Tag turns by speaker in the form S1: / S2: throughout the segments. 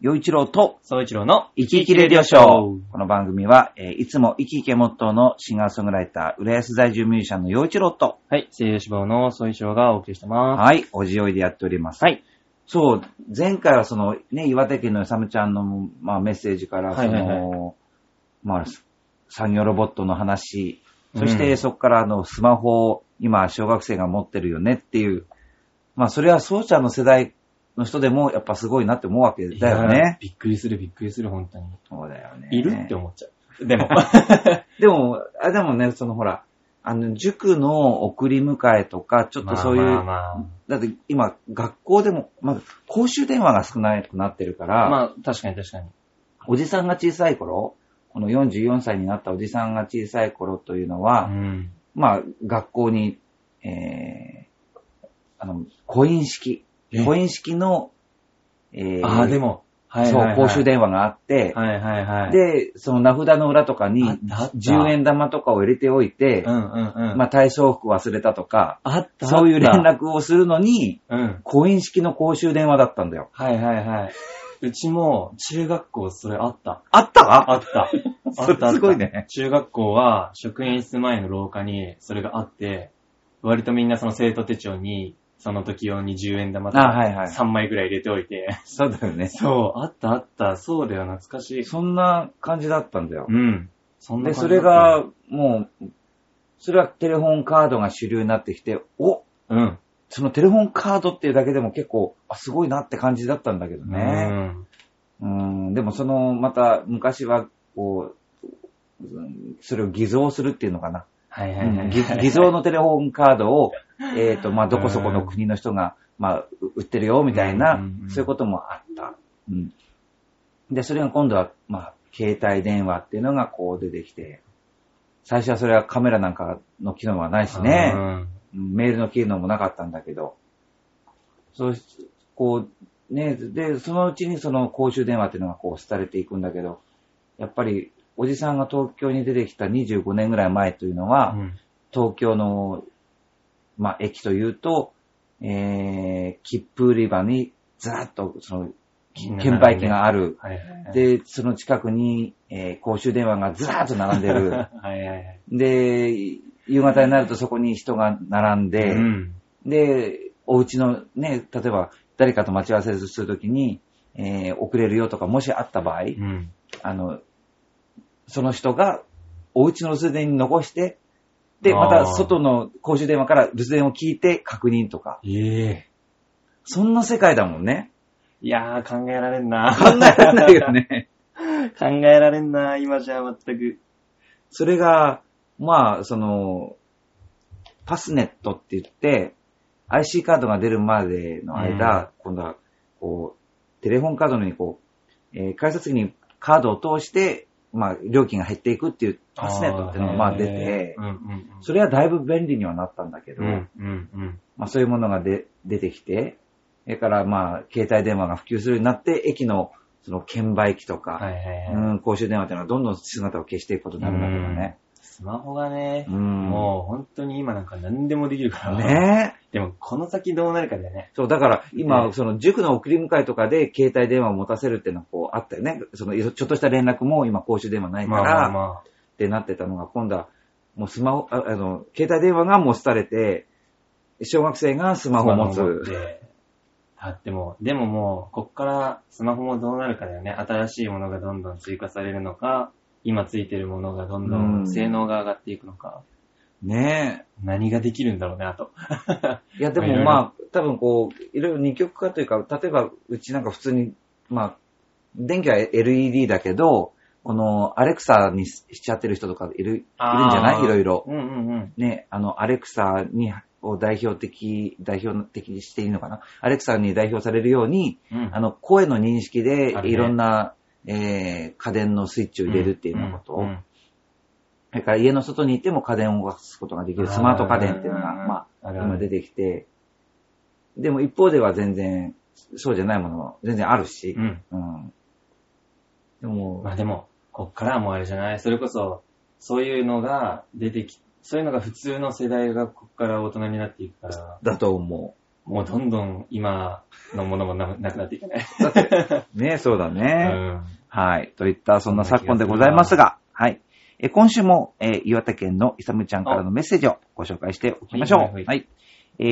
S1: 洋一郎と、
S2: 総一郎の
S1: 生き生きレディオショー。この番組は、えーいつも生き生きモットーのシンガーソングライター、浦安在住ミュージシャンの洋一郎と、
S2: はい、声優志望の総一郎がお送りしてま
S1: はい、おじおいでやっております。
S2: す。はい。
S1: そう、前回はその、ね、岩手県のよさむちゃんの、まあ、メッセージから、そ
S2: はい
S1: の、
S2: はいはい
S1: まあ、産業ロボットの話、そし
S2: う
S1: て
S2: ん
S1: そこからあの、スマホを今、小学生が持ってるよねっていう、まあ、それはそうちゃんの世代の人でも、やっぱすごいなって思うわけだよ
S2: いや
S1: ね。
S2: びっくりする、びっくりする、本当に。
S1: そうだよね。
S2: いるって思っちゃ う。でも。
S1: でも、あ、でもね、そのほら、あの、塾の送り迎えとか、ちょっとそういう、
S2: まあまあま
S1: だって今、学校でも、まず、公衆電話が少なくなってるか
S2: あ、
S1: ら、
S2: まあ確かに確かに。
S1: おじさんが小さい頃、この44歳になったおじさんが小さい頃というの
S2: う
S1: は、
S2: ん。
S1: まあ、学校に、えー、あの、コイン式、
S2: え
S1: コイン式の、えー
S2: ああ、でも、はいはい、はい。
S1: そう、公衆電話があって、
S2: はいはいはい。、
S1: で、その名札の裏とかに
S2: あったあった、
S1: 10円玉とかを入れておいて、
S2: うんうんうん。
S1: まあ、体操服忘れたとか、
S2: あった
S1: そういう連。
S2: あった
S1: 絡をするのに、
S2: うん。
S1: コイン式の公衆電話だったんだよ。
S2: はいはいはい。うちも、中学校それあった。
S1: あった
S2: あった。あったあった。
S1: すごいね。
S2: 中学校は職員室前の廊下にそれがあって、割とみんなその生徒手帳に、その時用に10円玉と
S1: あはいは
S2: か
S1: い
S2: 3枚ぐらい入れておいて、
S1: そうだよね。
S2: そう、あったあった、そうだよ、懐かしい。
S1: そんな感じだったんだよ
S2: う。ん。そんな
S1: で、
S2: 感
S1: それ
S2: じだったよ、
S1: が、もう、それはテレフォンカードが主流になってきて、お
S2: うん。
S1: そのテレフォンカードっていうだけでも結構、あ、すごいなって感じだったんだけどね。うん、でもその、また昔は、こう、うんそれを偽造するっていうのかな。
S2: はいは
S1: う
S2: いはい。
S1: ん偽偽造のテレホンカード を、えっ、と、まあ、どこそこの国の人が、まあ、う売ってるよ、みたいな、
S2: うんうんうん
S1: そういうこともあった。うん。で、それが今度は、まあ、携帯電話っていうのがこう出てきて、最初はそれはカメラなんかの機能はないしね
S2: う、ん
S1: うんメールの機能もなかったんだけど、そうし、こう、ね、で、そのうちにその公衆電話っていうのがこう、廃れていくんだけど、やっぱり、おじさんが東京に出てきた25年ぐらい前というのは、
S2: うん
S1: 東京の、まあ、駅というと、えー、切符売り場にずらっと、その、き券売機がある。
S2: はいはいはい。
S1: で、その近くに、えー公衆電話がずらっと並んで る。
S2: はいはいはい。
S1: で、夕方になるとそこに人が並んで、
S2: うん。
S1: で、お家のね、例えば誰かと待ち合わせするときに、えー遅れるよとか、もしあった場合、
S2: うん。
S1: あの、その人が、お家の留守電に残して、で、ま
S2: あ
S1: た
S2: ー
S1: 外の公衆電話から留守電を聞いて確認とか。
S2: ええ。
S1: そんな世界だもんね。
S2: いやー、考えられんな。
S1: 考えられないよ ね。
S2: 考えられんな、今じゃ全く。
S1: それが、まあ、その、パスネットって言って、IC カードが出るまでの間、今度は、こう、テレホンカードのようにこう、えー改札機にカードを通して、まあ、料金が減っていくっていうパスネットっていうのがまあ出て
S2: う、んうん
S1: それはだいぶ便利にはなったんだけど、
S2: うん。うんうんうん。
S1: まあ、そういうものがで出てきて、それからまあ携帯電話が普及するようになって、駅のその券売機とか、
S2: はいはいはい。
S1: うん、公衆電話っていうのはどんどん姿を消していくことになるんだけどね。
S2: スマホがね、
S1: うん
S2: もう本当に今なんか何でもできるから。
S1: ねえ。
S2: でもこの先どうなるかだよね。
S1: そう、だから今、
S2: ね
S1: その塾の送り迎えとかで携帯電話を持たせるっていうのはこうあったよね。そのちょっとした連絡も今公衆電話ないか
S2: まあまあ
S1: ら、
S2: ま
S1: ってなってたのが、今度はもうスマホ、ああの、携帯電話がもう廃れて、小学生がス
S2: あ。
S1: マホを持
S2: スマホ持っ
S1: つ。
S2: て。あっても、でももう、こっからスマホもどうなるかだよね。新しいものがどんどん追加されるのか、今ついてるものがどんど
S1: うん
S2: ん性能が上がっていくのか、
S1: ねえ。
S2: 何ができるんだろうね、あと。
S1: いや、で
S2: まあ
S1: も
S2: いろいろ
S1: まあ、多分こう、いろいろ二極化というか、例えば、うちなんか普通に、まあ、電気は LED だけど、この、アレクサにしちゃってる人とかいる、いるんじゃな
S2: あ
S1: い
S2: ー
S1: いろいろ。
S2: うんうんうん。
S1: ね、あの、アレクサに、を代表的、代表的にしていいのかなアレクサに代表されるように、
S2: うん
S1: あの、声の認識で
S2: あ、るね
S1: いろんな、えー、家電のスイッチを入れるっていうようなことを、
S2: んん
S1: それから家の外にいても家電を動かすことができるスマート家電っていうのが、
S2: あー
S1: まあ、
S2: あるあ
S1: 今出
S2: る。
S1: てきて、でも一方では全然、そうじゃないものも全然あるし
S2: う、ん。
S1: うん。でも、
S2: まあでも、こっからはもうあれじゃないそれこそ、そういうのが出てき、そういうのが普通の世代がこっから大人になっていくから、
S1: だと思
S2: もうどんどん今のものもななくなっていかない。
S1: ね、 そうだ
S2: う
S1: ね。
S2: ん。
S1: はい。といった、そんな昨今でございますが、はい。えー今週も、えー岩手県のイサムちゃんからのメッセージをご紹介しておきましょう。
S2: は
S1: はいい
S2: は
S1: は。
S2: いはい
S1: え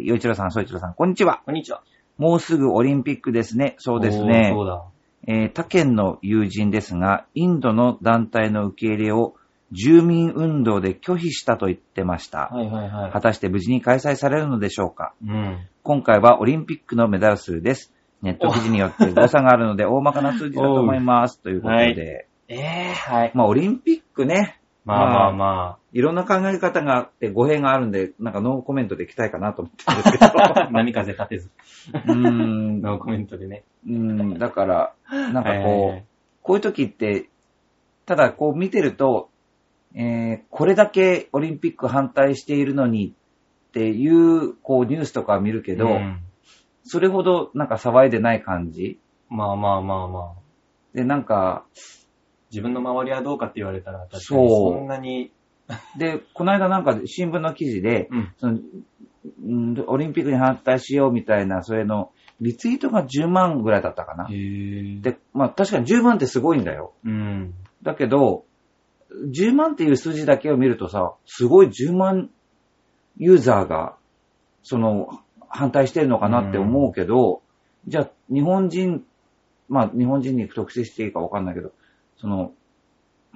S1: ー、洋一郎さん、総一郎さん、こんにちは。
S2: こんにちは。
S1: もうすぐオリンピックですね。そうですね
S2: おー。そうだ。
S1: えー他県の友人ですが、インドの団体の受け入れを住民運動で拒否したと言ってました。
S2: はいはいはい。
S1: 果たして無事に開催されるのでしょうか
S2: うん。
S1: 今回はオリンピックのメダル数です。ネット記事によって誤差があるので大まかな数字だと思います。ということで。
S2: ええはい。
S1: まあオリンピックね、
S2: まあまあま
S1: いろんな考え方があって語弊があるんで、なんかノーコメントでいきたいかなと思ってるんですけど。
S2: あ。波風立てず、
S1: うーん。う
S2: ノーコメントでね。
S1: ーん。だから、なんか
S2: はいはい
S1: こ
S2: は
S1: う
S2: い、、
S1: こういう時って、ただこう見てると、えーこれだけオリンピック反対しているのにっていう、こうニュースとか見るけど、
S2: うん
S1: それほどなんか騒いでない感じ
S2: まあまあまあまあ。
S1: で、なんか、
S2: 自分の周りはどうかって言われたら、確かに
S1: そう
S2: そんなに、
S1: で、この間なんか新聞の記事で、
S2: うん。
S1: そのうんオリンピックに反対しようみたいな、それのリツイートが10万ぐらいだったかな。
S2: へえ。
S1: で、まあ確かに10万ってすごいんだよ。
S2: うん。
S1: だけど、10万っていう数字だけを見るとさ、すごい10万ユーザーが、その、反対してるのかなって思うけど、じゃあ、日本人、まあ、日本人に特定していいかわかんないけど、その、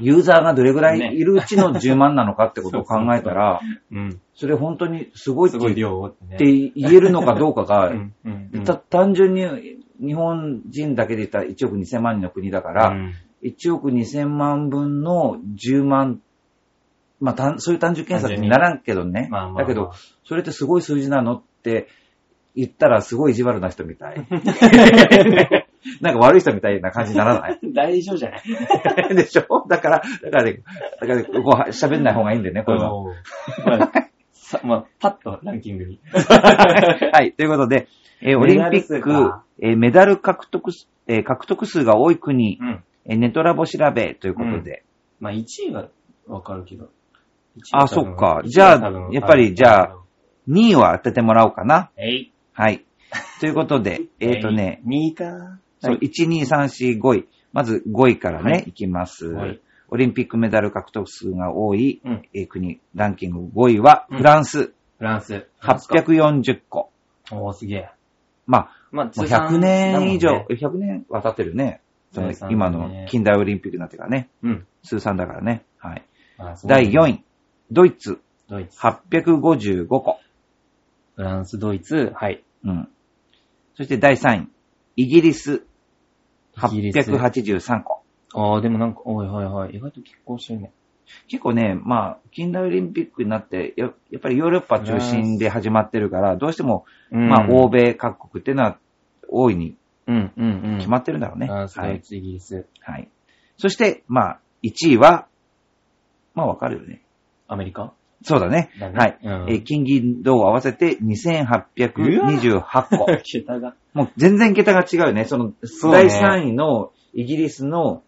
S1: ユーザーがどれぐらいいるうち の10万なのかってことを考えたら、
S2: うん。
S1: それ本当にすごいって
S2: すごい
S1: 言っ
S2: 量をってね。
S1: て言えるのかどうかが
S2: う、ん うんうん。
S1: た単純に日本人だけで言ったら1億2000万人の国だから、
S2: うん
S1: 1億2000万分の10万、まあ、単そういう単純計算にならんけどね。
S2: まあまあまあ
S1: だけど、それってすごい数字なのって言ったらすごい意地悪な人み たい。なんか悪い人みたいな感じにならない
S2: 大丈夫じゃない
S1: でしょだから、だからね、だからねこう喋んない方がいいんだよね、こういうの。
S2: おーまあさまあ、パッとランキングに。
S1: はい、ということで、えーオリンピッ
S2: メダル数
S1: ク
S2: か、
S1: えーメダル獲得す、えー獲得数が多い国、
S2: うん。
S1: えーネトラボ調べということで。
S2: まあ、1位はわかるけど。
S1: あそっかじゃあやっぱりじゃあ、2位は当ててもらおうかな。
S2: えい。
S1: はい。という ことで、えっ、とね、
S2: 2位か。
S1: そう、1、2、3、4、5位。まず5位からね、、
S2: はい
S1: きます、
S2: はい
S1: オリンピックメダル獲得数が多い、
S2: うん
S1: えー国、ランキング5位は
S2: うん
S1: フランス、
S2: フランス。
S1: 840個。
S2: おー、すげえ。
S1: まあ、
S2: まあ、
S1: もう
S2: 通算
S1: 100年以上、
S2: だもんね
S1: 100年は経ってるね。その
S2: 通算だね
S1: 今の近代オリンピックになってからね、
S2: うん。
S1: 通算だからね。はい。
S2: あそう
S1: 第4位、ドイツ、
S2: ドイツ。
S1: 855個。
S2: フランス、ドイツ、はい。
S1: うん。そして第3位、イギリス、
S2: イギリス
S1: 883個。
S2: ああ、でもなんか、おいはいはい。意外と結婚してるね。
S1: 結構ね、まあ、近代オリンピックになって、ややっぱりヨーロッパ中心で始まってるから、どうしても、
S2: うん
S1: まあ、欧米各国っていうのは、大いに
S2: うん、うん、うん。
S1: 決ま
S2: っ
S1: ってるんだろうね。
S2: フランス、
S1: は
S2: ドイ
S1: い。
S2: ツ、イギリス、
S1: はい。そして、まあ、1位は、まあ、わかるよね。
S2: アメリカ
S1: そうだね。
S2: だね
S1: はい。
S2: うん
S1: えー金銀銅合わせて2828個。
S2: 桁が。
S1: もう全然桁が違うよね。その、
S2: そう
S1: 第
S2: ね
S1: 3位のイギリスの、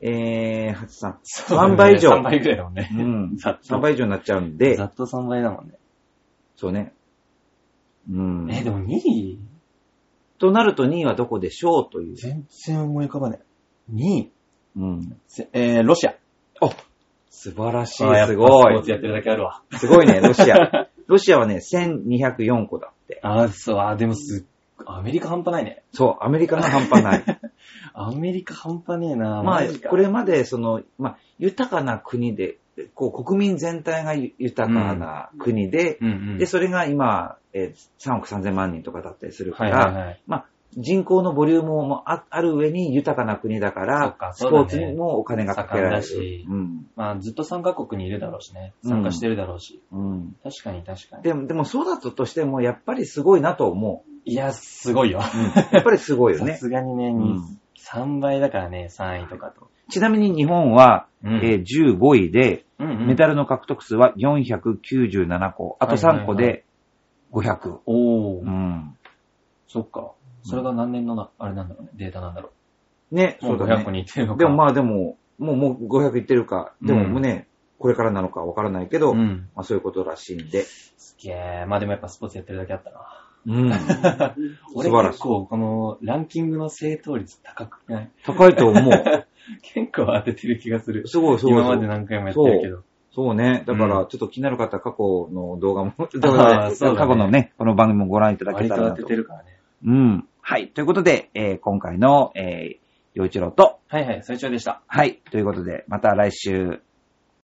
S1: えー、8さ
S2: 三
S1: 3倍以上。
S2: 3倍ぐらいだもんね。
S1: うん。
S2: ざっと
S1: 3倍以上になっちゃうんで
S2: ざ、っと3倍だもんね。
S1: そうね。うん。
S2: え、でも2位
S1: となると2位はどこでしょうという。
S2: 全然思い浮かばない。2位
S1: うん。
S2: せえー、ロシア。
S1: 素晴らし
S2: あーや
S1: い。
S2: っぱ
S1: すご
S2: スポー
S1: い
S2: ツ。やってるだけあるわ。
S1: すごい ね、ロシア。ロシアはね、1204個だって。
S2: あー、そう、あー、でもすっ、アメリカ半端ないね。
S1: そう、アメリカが半端ない。
S2: アメリカ半端ねえな
S1: ま
S2: マジ
S1: あ、
S2: か
S1: これまで、その、まあ、豊かな国で、こう、国民全体が豊かな国で、
S2: うんうん。
S1: で、それが今、えー3億3000万人とかだったりするか
S2: はい
S1: ら、
S2: はいはい。
S1: まあ、人口のボリュームもあある上に豊かな国だから、
S2: そっか
S1: ス
S2: そう
S1: ポ
S2: だ
S1: ー
S2: ね
S1: ツにもお金がかけられる。
S2: 盛んだし
S1: うん
S2: まあ、ずっと参加国にいるだろうしね。参加してるだろうし。
S1: うん
S2: 確かに確かに。
S1: でも、でもそうだったとしても、やっぱりすごいなと思う。
S2: いや、すごいよ。
S1: やっぱりすごいよ
S2: さ
S1: ね。
S2: すがにね、
S1: うん
S2: 3倍だからね、3位とかと。
S1: ちなみに日本は、
S2: うん
S1: えー15位で、
S2: うんうん
S1: メダルの獲得数は497個、あと3個
S2: はい
S1: で500。
S2: おー、
S1: うん
S2: そっか。それが何年のな、あれなんだろうね、データなんだろ
S1: ね、
S2: う。
S1: そう
S2: も
S1: だ
S2: 500個
S1: ね。
S2: にいってるのか。
S1: でもまあでも、もうもう500いってるか、でも
S2: うん
S1: もうね、これからなのかわからないけど、
S2: うん。
S1: まあそういうことらしいんで、
S2: すげえ。まあでもやっぱスポーツやってるだけあったな。
S1: うん。
S2: 俺
S1: 素晴らしい
S2: 結構このランキングの正答率高くない
S1: 高いと思 う。
S2: 結構当ててる気がする。
S1: すごい、すごい
S2: 今
S1: すご
S2: ま
S1: い
S2: で。何回もやってるけど。
S1: そうね。だから、
S2: う
S1: ちょっと気になる方は過去の動画 も、過去
S2: そうだね
S1: のね、この番組もご覧いただけ
S2: 割
S1: た
S2: と
S1: ら
S2: 当
S1: な
S2: て
S1: と
S2: て。るからね。
S1: うん。はい。ということで、えー今回の、えー、洋一郎と、
S2: はいはい、最長でした。
S1: はい。ということで、また来週、